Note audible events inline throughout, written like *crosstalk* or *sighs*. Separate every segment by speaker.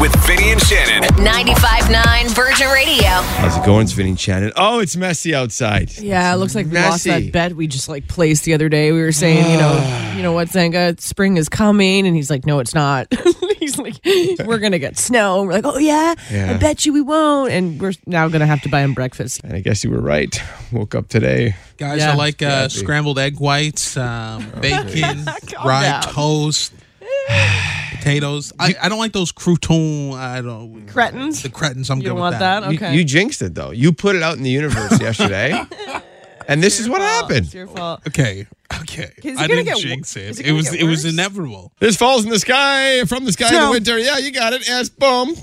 Speaker 1: with Vinny and Shannon.
Speaker 2: 95.9 Virgin Radio.
Speaker 3: How's it going, Vinny and Shannon? Oh, it's messy outside.
Speaker 4: Yeah, it looks like we lost
Speaker 3: messy.
Speaker 4: that bet we just like placed the other day. We were saying,
Speaker 3: *sighs*
Speaker 4: you know, you know what, Zanga, spring is coming, and he's like, no, it's not. *laughs* he's like, we're gonna get snow. And we're like, oh yeah,
Speaker 3: Yeah.
Speaker 4: I bet you we won't. And we're now gonna have to buy him breakfast.
Speaker 3: And I guess you were right. Woke up today.
Speaker 5: Guys,
Speaker 4: Yeah.
Speaker 5: I like uh, scrambled egg
Speaker 3: *laughs*
Speaker 5: whites, um, bacon, rye
Speaker 4: down.
Speaker 5: toast, *sighs* potatoes. I, I don't like those crouton. I don't
Speaker 4: Cretins?
Speaker 5: The cretins. I'm
Speaker 4: You
Speaker 5: good
Speaker 4: don't
Speaker 5: with
Speaker 4: want that?
Speaker 5: that.
Speaker 3: You-
Speaker 4: Okay,
Speaker 3: You, jinxed it though. You put it out in the universe
Speaker 4: *laughs*
Speaker 3: yesterday, and this is what
Speaker 4: it's
Speaker 3: happened.
Speaker 4: your fault.
Speaker 5: Okay, okay.
Speaker 4: it
Speaker 5: I
Speaker 4: gonna
Speaker 5: didn't
Speaker 4: get wo-
Speaker 5: jinx
Speaker 4: is
Speaker 5: it.
Speaker 4: it
Speaker 5: It
Speaker 4: gonna
Speaker 5: was
Speaker 4: get
Speaker 5: it was
Speaker 4: worse?
Speaker 5: inevitable.
Speaker 3: This falls in the sky from the sky in the
Speaker 4: No.
Speaker 3: winter. Yeah, you got it. As boom.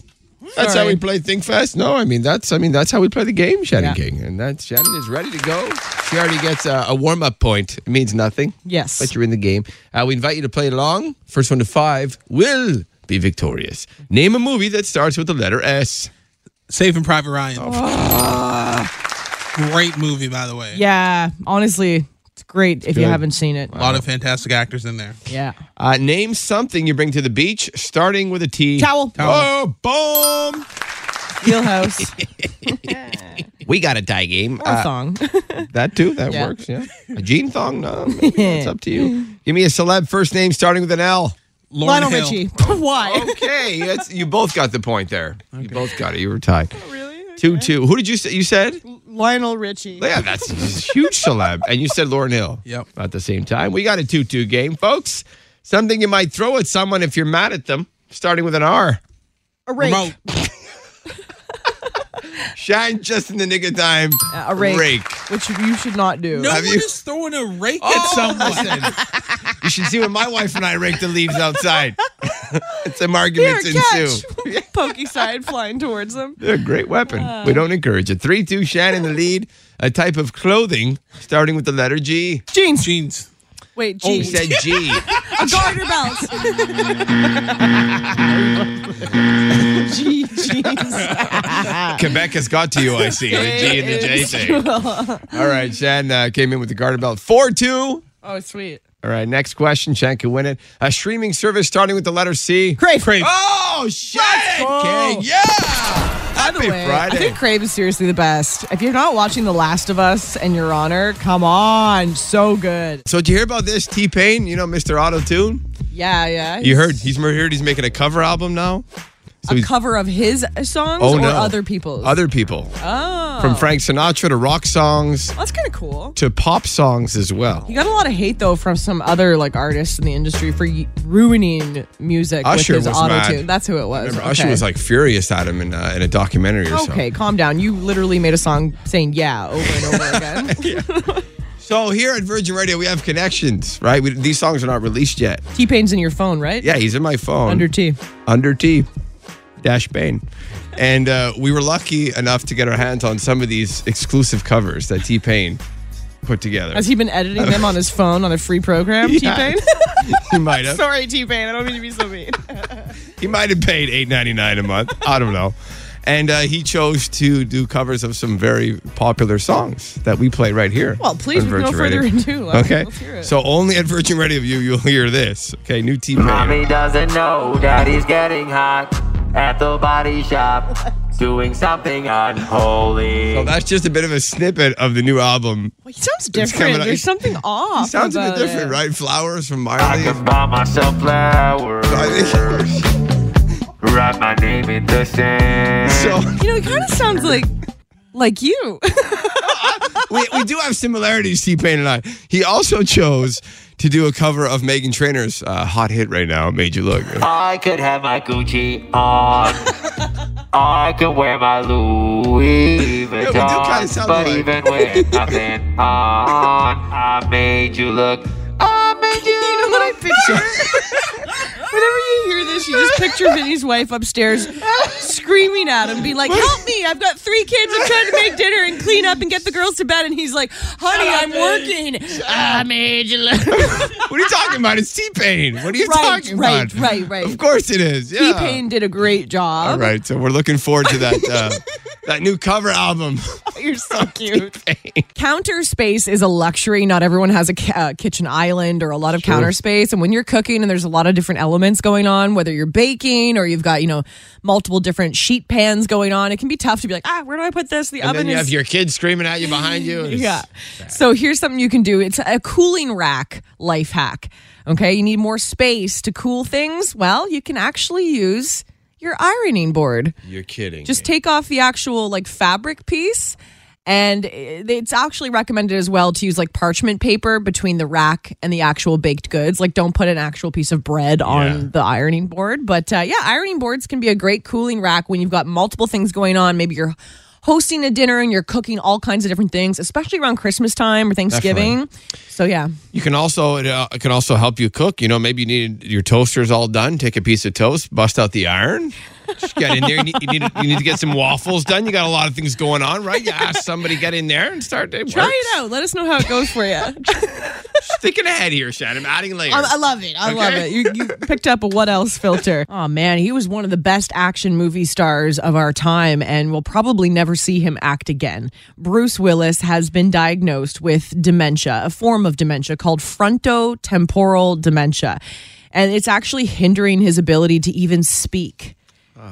Speaker 3: That's how
Speaker 4: Sorry.
Speaker 3: we play Think Fast. No, I mean that's I mean that's how we play the game, Shannon
Speaker 4: Yeah.
Speaker 3: King. And that Shannon is ready to go. She already gets a, a warm up point. It means nothing.
Speaker 4: Yes.
Speaker 3: but you're in the game. Uh, we invite you to play along. First one to five will be victorious. Name a movie that starts with the letter S.
Speaker 5: Saving Private Ryan. *laughs* Great movie, by the way.
Speaker 4: Oh. Yeah, honestly, it's great if you
Speaker 3: good.
Speaker 4: haven't seen it.
Speaker 5: A lot of fantastic actors in there.
Speaker 4: Yeah,
Speaker 3: Uh, name something you bring to the beach, starting with a T.
Speaker 4: Towel.
Speaker 3: Oh, boom! *laughs*
Speaker 4: Wheelhouse
Speaker 3: We got a tie game.
Speaker 4: or
Speaker 3: Uh,
Speaker 4: thong. *laughs*
Speaker 3: that too. That
Speaker 4: Yeah.
Speaker 3: works. Yeah. A jean thong.
Speaker 4: *laughs*
Speaker 3: No, maybe. it's up to you. Give me a celeb first name starting with an L.
Speaker 5: Lauren
Speaker 4: Lionel
Speaker 5: Hill.
Speaker 4: Richie. *laughs* Why?
Speaker 3: Okay,
Speaker 4: *laughs*
Speaker 3: that's, you both got the point there. You both got it. You were tied. really? Two two. Who did you say? You said
Speaker 4: Lionel Richie.
Speaker 3: Yeah, that's a huge celeb. And you said Lauren Hill.
Speaker 5: Yep.
Speaker 3: At the same time. We got a 2 2 game, folks. Something you might throw at someone if you're mad at them, starting with an R.
Speaker 4: A rake.
Speaker 5: Remote.
Speaker 3: Shine just in the nick of time.
Speaker 4: A rake,
Speaker 3: Rake.
Speaker 4: which you should not do.
Speaker 5: No
Speaker 3: Have
Speaker 5: one
Speaker 3: you-
Speaker 5: is throwing a rake at
Speaker 3: Oh,
Speaker 4: *laughs*
Speaker 5: someone.
Speaker 3: listen. you should see when my wife and I rake the leaves
Speaker 4: *laughs*
Speaker 3: outside. Some arguments
Speaker 4: Fair
Speaker 3: ensue.
Speaker 4: catch. *laughs* Pokey side flying towards them.
Speaker 3: They're a great weapon.
Speaker 4: Uh.
Speaker 3: we don't encourage it. 3 2 Shannon the lead. A type of clothing starting with the letter G.
Speaker 4: Jeans.
Speaker 5: Jeans.
Speaker 4: Wait,
Speaker 3: You
Speaker 4: jeans.
Speaker 3: Oh, said
Speaker 4: *laughs*
Speaker 3: G.
Speaker 4: a garter
Speaker 3: *laughs*
Speaker 4: belt. Gee, jeans.
Speaker 3: Quebec has got to you, I see. The G and the J thing. All right, Shan uh, came in with the garter belt. 4 2.
Speaker 4: Oh, sweet.
Speaker 3: All right, next question. Shan can win it. A streaming service starting with the letter C.
Speaker 4: Crave.
Speaker 5: Crave.
Speaker 3: Oh, Shan
Speaker 4: go.
Speaker 3: King. Yeah. Happy
Speaker 4: Anyway,
Speaker 3: Friday.
Speaker 4: Oh, I think Crave is seriously the best. If you're not watching The Last of Us and Your Honor, come on, so good.
Speaker 3: so, did you hear about this? T Pain, you know, Mr. Auto Tune?
Speaker 4: Yeah, yeah.
Speaker 3: You heard he's heard he's making a cover album now? So
Speaker 4: a
Speaker 3: he's-
Speaker 4: cover of his songs
Speaker 3: Oh,
Speaker 4: or
Speaker 3: no.
Speaker 4: other people's?
Speaker 3: Other people.
Speaker 4: oh,
Speaker 3: From Frank Sinatra to rock songs
Speaker 4: that's kind of cool.
Speaker 3: to pop songs as well.
Speaker 4: He got a lot of hate though from some other like artists in the industry for y- ruining music
Speaker 3: Usher
Speaker 4: with his
Speaker 3: was
Speaker 4: auto
Speaker 3: mad.
Speaker 4: tune. That's who it was.
Speaker 3: Remember,
Speaker 4: Okay.
Speaker 3: Usher was like furious at him in, uh, in a documentary or something.
Speaker 4: Okay, calm down. You literally made a song saying yeah over and *laughs* over again.
Speaker 3: So here at Virgin Radio, we have connections, right? We, these songs are not released yet.
Speaker 4: T Pain's in your phone, right?
Speaker 3: Yeah, he's in my phone.
Speaker 4: Under T.
Speaker 3: Under T. Dash Bane. And uh, we were lucky enough to get our hands on some of these exclusive covers that T Pain put together. *laughs*
Speaker 4: Has he been editing them on his phone on a free program,
Speaker 3: Yeah.
Speaker 4: T Pain? *laughs*
Speaker 3: he might have.
Speaker 4: Sorry, T Pain. I don't mean to be so mean.
Speaker 3: He might have paid eight ninety nine a month. I don't know. And uh, he chose to do covers of some very popular songs that we play right here.
Speaker 4: Well, please,
Speaker 3: on
Speaker 4: with no
Speaker 3: Virgin
Speaker 4: further
Speaker 3: Radio.
Speaker 4: ado, let's-
Speaker 3: okay.
Speaker 4: let's hear it.
Speaker 3: So only at Virgin Radio View you'll hear this. Okay, new T Pain.
Speaker 6: Mommy doesn't know daddy's getting hot at the body shop doing something unholy.
Speaker 3: So that's just a bit of a snippet of the new album.
Speaker 4: He sounds
Speaker 3: coming
Speaker 4: different.
Speaker 3: out-
Speaker 4: There's *laughs* something off.
Speaker 3: Sounds a bit
Speaker 4: about
Speaker 3: different,
Speaker 4: it.
Speaker 3: right? Flowers from
Speaker 6: I
Speaker 3: Miley.
Speaker 6: can buy myself flowers. Write my name in the
Speaker 3: *laughs*
Speaker 6: sand.
Speaker 3: so
Speaker 4: You know, he kind of sounds like like you. *laughs*
Speaker 3: we, we do have similarities, T Pain and I. He also chose to do a cover of Megan Trainor's uh, hot hit right now, Made You Look.
Speaker 6: I could have my Gucci
Speaker 3: *laughs*
Speaker 6: on. I could wear my
Speaker 3: do
Speaker 6: Louis Vuitton.
Speaker 3: kinda sound
Speaker 6: but
Speaker 3: alike. *laughs*
Speaker 6: even with nothing on, I made you look. I made you
Speaker 4: You know what I picture? Whenever you hear this, you just picture Vinny's wife upstairs screaming at him, being like, Help me! I've got three kids. I'm trying to make dinner and clean up and get the girls to bed. And he's like, Honey, I'm working. I made you look.
Speaker 3: What are you talking about? It's T Pain. What are you
Speaker 4: Right,
Speaker 3: talking
Speaker 4: right,
Speaker 3: about?
Speaker 4: right, right.
Speaker 3: Of course it is. Yeah.
Speaker 4: T Pain E did a great job.
Speaker 3: All right. So we're looking forward to that uh, that new cover album.
Speaker 4: *laughs* You're so cute. counter space is a luxury. Not everyone has a ca- uh, kitchen island or a lot of counter space. And when you're cooking and there's a lot of different elements going on, whether you're baking or you've got, you know, multiple different sheet pans going on, it can be tough to be like, ah, where do I put this? The
Speaker 3: and
Speaker 4: oven
Speaker 3: then you
Speaker 4: is.
Speaker 3: have your kids screaming at you behind you. and it's-
Speaker 4: yeah. So here's something you can do. It's a cooling rack life hack. Okay. You need more space to cool things. Well, you can actually use your ironing board.
Speaker 3: You're kidding.
Speaker 4: Just take off the actual like fabric piece. And it- it's actually recommended as well to use like parchment paper between the rack and the actual baked goods. Like, don't put an actual piece of bread
Speaker 3: Yeah.
Speaker 4: on the ironing board. But uh, yeah, ironing boards can be a great cooling rack when you've got multiple things going on. Maybe you're hosting a dinner and you're cooking all kinds of different things, especially around Christmas time or Thanksgiving. So yeah,
Speaker 3: You can also it, uh, can also help you cook. You know, maybe you need your toaster's all done. Take a piece of toast, bust out the iron, just get in there. You need, you need, you need to get some waffles done. You got a lot of things going on, right? You ask somebody get in there and start. It
Speaker 4: try
Speaker 3: works.
Speaker 4: it out. Let us know how it goes for you. I,
Speaker 3: Just thinking ahead here, Shad. I'm adding layers.
Speaker 4: I love it. I love it. You, you picked up a what else filter. *laughs* Oh man, he was one of the best action movie stars of our time, and we'll probably never see him act again. Bruce Willis has been diagnosed with dementia, a form of dementia called frontotemporal dementia, and it's actually hindering his ability to even speak.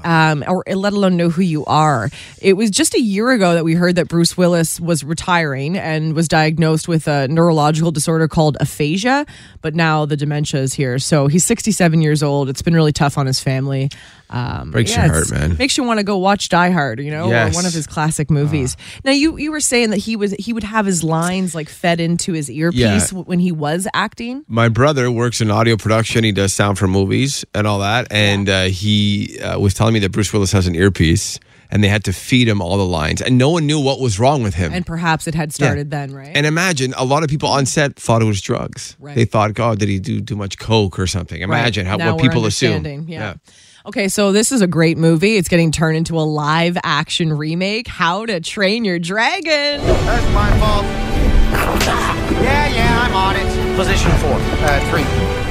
Speaker 4: um, or let alone know who you are. It was just a year ago that we heard that Bruce Willis was retiring and was diagnosed with a neurological disorder called aphasia, but now the dementia is here. So he's 67 years old. It's been really tough on his family. Um,
Speaker 3: Breaks your heart,
Speaker 4: it's-
Speaker 3: man.
Speaker 4: Makes you want to go watch Die Hard, you know,
Speaker 3: Yes. Ah.
Speaker 4: or one of his classic movies. Now you you were saying that he was he would have his lines like fed into his earpiece
Speaker 3: Yeah.
Speaker 4: w- when he was acting.
Speaker 3: my brother works in audio production. He does sound for movies and all that. And uh, he uh, was telling me that Bruce Willis has an earpiece, and they had to feed him all the lines, and no one knew what was wrong with him.
Speaker 4: And perhaps it had started then, right?
Speaker 3: And imagine a lot of people on set thought it was drugs.
Speaker 4: Right.
Speaker 3: They thought, God, did he do too much coke or something?
Speaker 4: Right.
Speaker 3: Imagine how
Speaker 4: Now
Speaker 3: what
Speaker 4: we're
Speaker 3: people assume.
Speaker 4: understanding. Yeah. Okay, so this is a great movie. It's getting turned into a live action remake. How to Train Your Dragon.
Speaker 1: That's my fault. Yeah, yeah, I'm on it. Position four. Uh, three.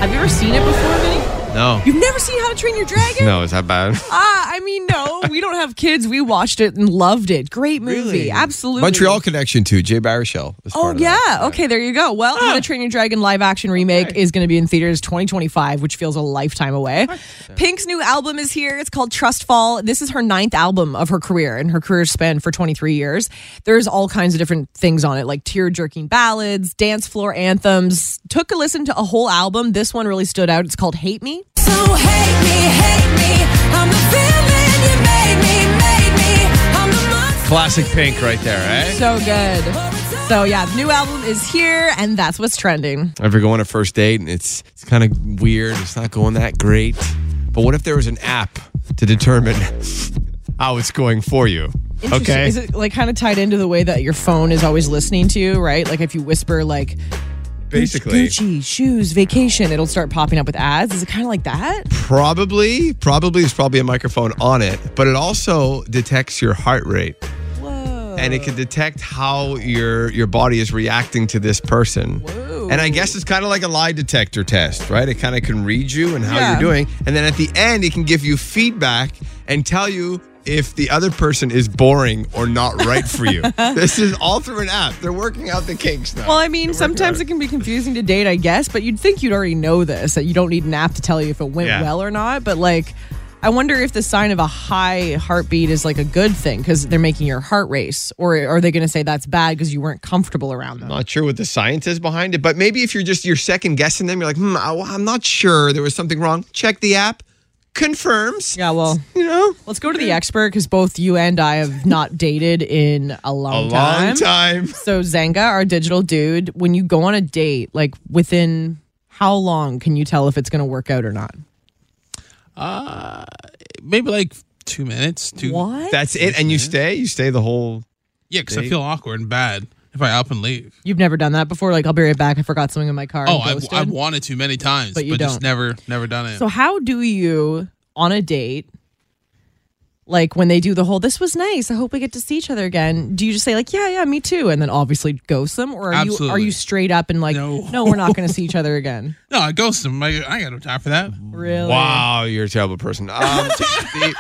Speaker 4: Have you ever seen it before, Vinny?
Speaker 3: No.
Speaker 4: You've never seen How to Train Your Dragon?
Speaker 3: No, is that
Speaker 4: *laughs*
Speaker 3: bad?
Speaker 4: Ah, I mean, no. We don't have kids. We watched it and loved it. Great movie. Absolutely.
Speaker 3: Montreal connection too. Jay Baruchel. is
Speaker 4: Oh
Speaker 3: part of
Speaker 4: yeah.
Speaker 3: that.
Speaker 4: Okay, there you go. Well, How to Train Your Dragon live action remake is going to be in theaters 2025, which feels a lifetime away. Pink's new album is here. It's called Trust Fall. This is her ninth album of her career, and her career span for 23 years. There's all kinds of different things on it, like tear jerking ballads, dance floor anthems. Took a listen to a whole album. This one really stood out. It's called Hate Me.
Speaker 7: So hate me, hate me. I'm the villain you made me, made me. I'm the monster.
Speaker 3: Classic Pink right there, eh?
Speaker 4: So good. So yeah, the new album is here, and that's what's trending.
Speaker 3: If you're going on a first date and it's it's kind of weird, it's not going that great. But what if there was an app to determine *laughs* how it's going for you?
Speaker 4: Interesting.
Speaker 3: Okay.
Speaker 4: Is it like kind of tied into the way that your phone is always listening to you, right? Like if you whisper like
Speaker 3: Basically,
Speaker 4: Gucci shoes vacation, it'll start popping up with ads. Is it kind of like that?
Speaker 3: probably, probably there's probably a microphone on it, but it also detects your heart rate.
Speaker 4: Whoa.
Speaker 3: and it can detect how your your body is reacting to this person. And I guess it's kind of like a lie detector test, right? It kind of can read you and how
Speaker 4: Yeah.
Speaker 3: you're doing, and then at the end, it can give you feedback and tell you if the other person is boring or not right for
Speaker 4: *laughs*
Speaker 3: you. this is all through an app. They're working out the kinks now.
Speaker 4: Well, I mean, sometimes it can be confusing to date, I guess, but you'd think you'd already know this that you don't need an app to tell you if it went
Speaker 3: Yeah.
Speaker 4: well or not. But like, I wonder if the sign of a high heartbeat is like a good thing because they're making your heart race, or are they going to say that's bad because you weren't comfortable around them?
Speaker 3: not sure what the science is behind it, but maybe if you're just you're second guessing them, you're like, hmm, I, I'm not sure there was something wrong. Check the app, confirms.
Speaker 4: Yeah, well,
Speaker 3: You know,
Speaker 4: Let's go to the expert because both you and I have not dated in a
Speaker 3: a
Speaker 4: long time.
Speaker 3: long time.
Speaker 4: So Zanga, our digital dude, when you go on a date, like within how long can you tell if it's going to work out or not?
Speaker 5: Maybe like two minutes. Two.
Speaker 4: What?
Speaker 3: That's it, and you stay. You stay the whole.
Speaker 5: Yeah, because I feel awkward and bad if I up and leave.
Speaker 4: You've never done that before? Like I'll be right back. I forgot something in my car. and
Speaker 5: Oh, I've,
Speaker 4: ghosted?
Speaker 5: I've wanted to many times,
Speaker 4: But
Speaker 5: but,
Speaker 4: you
Speaker 5: just
Speaker 4: don't.
Speaker 5: never, never done it.
Speaker 4: So how do you on a date? Like when they do the whole, this was nice. I hope we get to see each other again. Do you just say like, yeah, yeah, me too, and then obviously ghost them, or are you are
Speaker 5: Absolutely.
Speaker 4: you straight up and like,
Speaker 5: No.
Speaker 4: no we're not going to see each other again?
Speaker 5: no, I ghost him. I, I got no time
Speaker 4: Oh,
Speaker 5: for that.
Speaker 4: Really? *laughs*
Speaker 3: Wow, you're a terrible person. Um, the-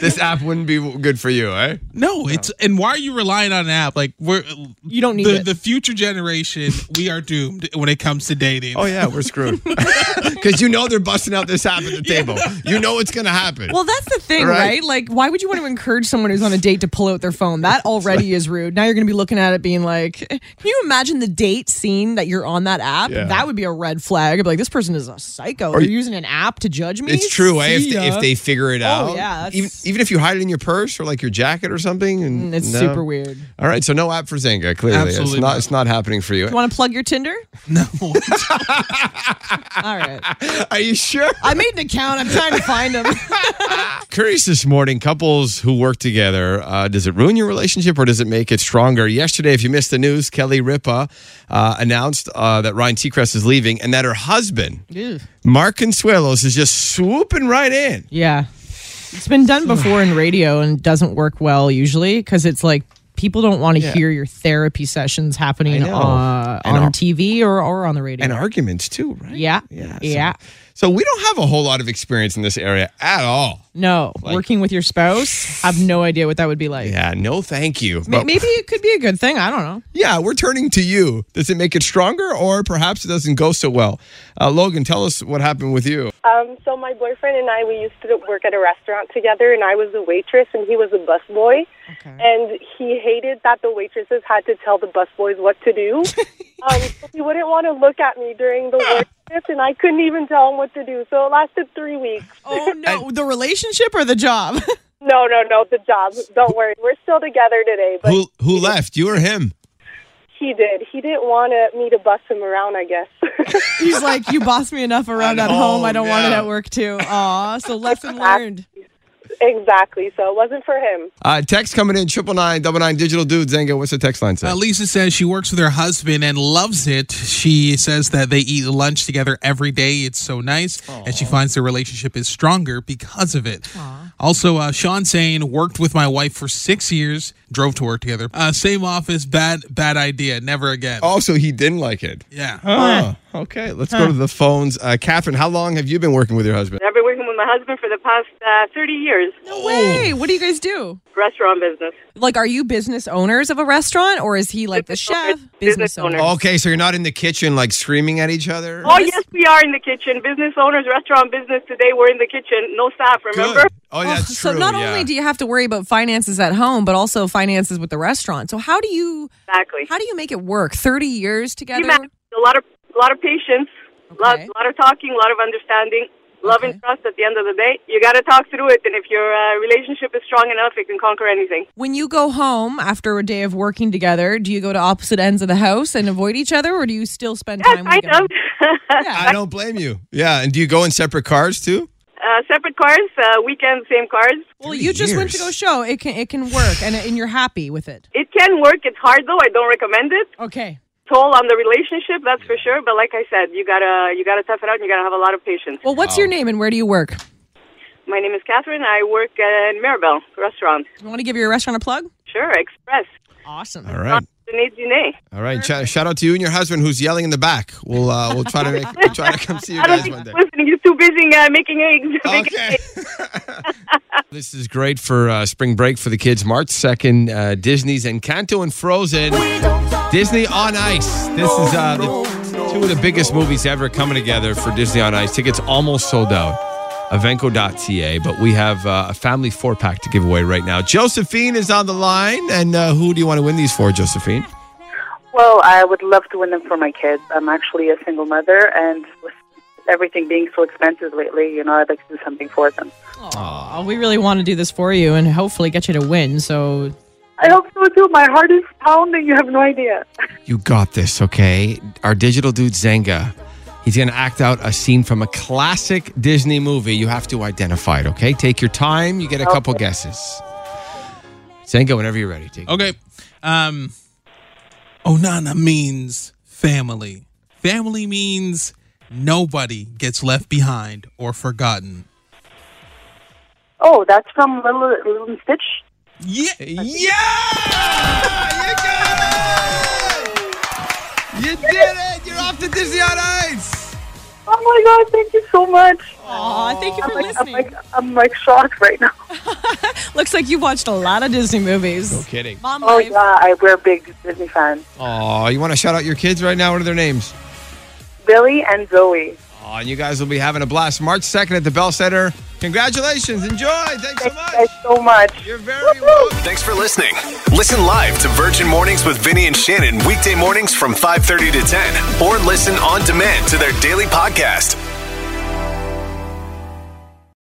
Speaker 3: this app wouldn't be good for you, eh?
Speaker 5: No, it's and why are you relying on an app? Like we're
Speaker 4: You don't need
Speaker 5: the,
Speaker 4: it.
Speaker 5: the future generation. We are doomed when it comes to dating.
Speaker 3: Oh yeah, we're *laughs* screwed. Because you know they're busting out this app at the table. You know it's gonna happen.
Speaker 4: well, that's the thing,
Speaker 3: Right.
Speaker 4: right? Like, why would you want to encourage someone who's on a date to pull out their phone? That already is rude. Now you're going to be looking at it being like, "Eh, can you imagine the date scene that you're on that app?
Speaker 3: Yeah.
Speaker 4: That would be a red flag. I'd be like, this person is a psycho. They're using an app to judge me?
Speaker 3: it's true, eh? If
Speaker 4: See
Speaker 3: they,
Speaker 4: ya.
Speaker 3: if they figure it out,
Speaker 4: yeah, that's-
Speaker 3: even even if you hide it in your purse or like your jacket or something, and
Speaker 4: Mm, It's
Speaker 3: no.
Speaker 4: super weird.
Speaker 3: All right, so no app for Zynga. Clearly,
Speaker 5: Absolutely
Speaker 3: it's not,
Speaker 5: not.
Speaker 3: It's not happening for you.
Speaker 4: You want to plug your Tinder?
Speaker 5: *laughs* No,
Speaker 4: All right.
Speaker 3: Are you sure?
Speaker 4: I made an account. I'm trying to find him.
Speaker 3: *laughs* curious this morning couples who work together uh, does it ruin your relationship or does it make it stronger yesterday if you missed the news kelly ripa uh, announced uh, that ryan seacrest is leaving and that her husband mark consuelos is just swooping right in
Speaker 4: yeah. It's been done before in radio and doesn't work well usually because it's like people don't want to hear your therapy sessions happening
Speaker 3: know.
Speaker 4: uh,
Speaker 3: And
Speaker 4: on
Speaker 3: our-
Speaker 4: TV or, or on the radio.
Speaker 3: and arguments too right
Speaker 4: yeah.
Speaker 3: yeah
Speaker 4: Yeah.
Speaker 3: so- so we don't have a whole lot of experience in this area at all
Speaker 4: No. working with your spouse, I have no idea what that would be like.
Speaker 3: yeah no thank you
Speaker 4: Ma-
Speaker 3: But-
Speaker 4: Maybe it could be a good thing. I don't know.
Speaker 3: Yeah, we're turning to you. Does it make it stronger or perhaps it doesn't go so well? Uh, Logan, tell us what happened with you.
Speaker 8: Um, so my boyfriend and I, we used to work at a restaurant together, and I was a waitress and he was a busboy. And he hated that the waitresses had to tell the busboys what to do. um, so he wouldn't want to look at me during the work shift, and I couldn't even tell him what to do. So it lasted three weeks.
Speaker 4: Oh, no. the relationship or the job? *laughs*
Speaker 8: No, no, no, the job. Don't worry, we're still together today. But
Speaker 3: Who who left? You or him?
Speaker 8: he did. He didn't want to- me to bust him around. I guess. *laughs*
Speaker 4: He's like, you boss me enough around
Speaker 3: At
Speaker 4: at home. I
Speaker 3: home,
Speaker 4: don't want it
Speaker 3: yeah.
Speaker 4: at work too. Aw, so
Speaker 9: *laughs*
Speaker 4: lesson learned.
Speaker 8: exactly. So it wasn't for him.
Speaker 3: Uh, text coming in triple nine double nine digital dude Zenga. What's the text line say?
Speaker 5: Uh, Lisa says she works with her husband and loves it. She says that they eat lunch together every day. It's so nice. And she finds their relationship is stronger because of it. Also, uh, Sean saying, worked with my wife for six years, drove to work together. Uh, same office, bad, bad idea. Never again.
Speaker 3: also, he didn't like it.
Speaker 5: Yeah.
Speaker 3: Oh, okay. Let's go to the phones. Uh, Catherine, how long have you been working with your husband?
Speaker 9: I've been working with my husband for the past uh, 30 years,
Speaker 4: No way. What do you guys do?
Speaker 9: restaurant business.
Speaker 4: Like, are you business owners of a restaurant or is he like the
Speaker 9: Business
Speaker 4: chef?
Speaker 9: owners. Business owners.
Speaker 3: Okay, so you're not in the kitchen like screaming at each other.
Speaker 9: Oh, yes, we are in the kitchen. Business owners, restaurant business. Today we're in the kitchen. No staff, remember?
Speaker 3: Good. Oh, yeah,
Speaker 4: Oh,
Speaker 3: that's
Speaker 4: so
Speaker 3: true,
Speaker 4: not
Speaker 3: yeah.
Speaker 4: only do you have to worry about finances at home, but also finances with the restaurant. So how do you
Speaker 9: Exactly.
Speaker 4: how do you make it work? Thirty years
Speaker 9: You
Speaker 4: together?
Speaker 9: manage a lot of a lot of patience, a lot,
Speaker 4: Okay.
Speaker 9: lot of talking, a lot of understanding, love
Speaker 4: Okay.
Speaker 9: and trust at the end of the day. You got to talk through it. And if your uh, relationship is strong enough, it can conquer anything.
Speaker 4: When you go home after a day of working together, do you go to opposite ends of the house and avoid each other, or do you still spend time
Speaker 9: I
Speaker 4: together?
Speaker 9: know. *laughs*
Speaker 3: I don't blame you. Yeah, and do you go in separate cars too?
Speaker 9: uh, separate cars, uh, weekend, same cars.
Speaker 4: Well, you just went to go
Speaker 3: years.
Speaker 4: show. It can it can work, and and you're happy with it.
Speaker 9: It can work. It's hard, though. I don't recommend it.
Speaker 4: Okay.
Speaker 9: toll on the relationship, that's for sure. But like I said, you gotta you gotta tough it out. and You gotta have a lot of patience.
Speaker 4: Well, what's your name and where do you work?
Speaker 9: My name is Catherine. I work at Mirabel Restaurant.
Speaker 4: You want to give your restaurant a plug?
Speaker 9: Sure, Express.
Speaker 4: Awesome.
Speaker 3: All right.
Speaker 9: Dîner, dîner.
Speaker 3: All right. Sh- shout out to you and your husband who's yelling in the back. We'll uh, we'll try to make, we'll try to come see you
Speaker 9: I don't
Speaker 3: guys
Speaker 9: think
Speaker 3: one day.
Speaker 9: he's listening. He's too busy uh, making eggs. *laughs* Making
Speaker 3: Okay. *laughs* this is great for uh, spring break for the kids. March 2nd, uh, Disney's Encanto and Frozen. Disney on Ice. This is uh, the, two of the biggest movies ever coming together for Disney on Ice. Tickets almost sold out. Evenco.ca, but we have uh, a family four pack to give away right now. Josephine is on the line, and uh, who do you want to win these for, Josephine?
Speaker 10: Well, I would love to win them for my kids. I'm actually a single mother, and with everything being so expensive lately, you know, I'd like to do something for them.
Speaker 4: Aw, we really want to do this for you and hopefully get you to win. So
Speaker 10: I hope so too. My heart is pounding. You have no idea.
Speaker 3: You got this, okay? Our digital dude Zenga. He's going to act out a scene from a classic Disney movie. You have to identify it, okay? Take your time. You get a couple guesses. Zenga, whenever you're ready. Take
Speaker 5: Okay. Um, Onana means family. Family means nobody gets left behind or forgotten.
Speaker 10: Oh, that's from Little, Little and Stitch.
Speaker 5: Yeah.
Speaker 3: Yeah! You got it! You did it! You're off to Disney on Ice!
Speaker 9: Oh my god, thank you so much.
Speaker 4: Aw, thank you for
Speaker 9: I'm like,
Speaker 4: listening.
Speaker 9: I'm like, I'm like shocked right now.
Speaker 4: Looks like you've watched a lot of Disney movies.
Speaker 3: No kidding.
Speaker 4: Mom
Speaker 9: Oh
Speaker 4: life.
Speaker 9: yeah, I, we're big Disney fans.
Speaker 3: Oh, you want to shout out your kids right now? What are their names?
Speaker 9: Billy and Zoe.
Speaker 3: Oh, and you guys will be having a blast March 2nd at the Bell Center. Congratulations. Enjoy. Thanks so much.
Speaker 9: Thanks so much.
Speaker 3: You're very welcome.
Speaker 11: Thanks for listening. Listen live to Virgin Mornings with Vinny and Shannon weekday mornings from 5:30 to 10 or listen on demand to their daily podcast.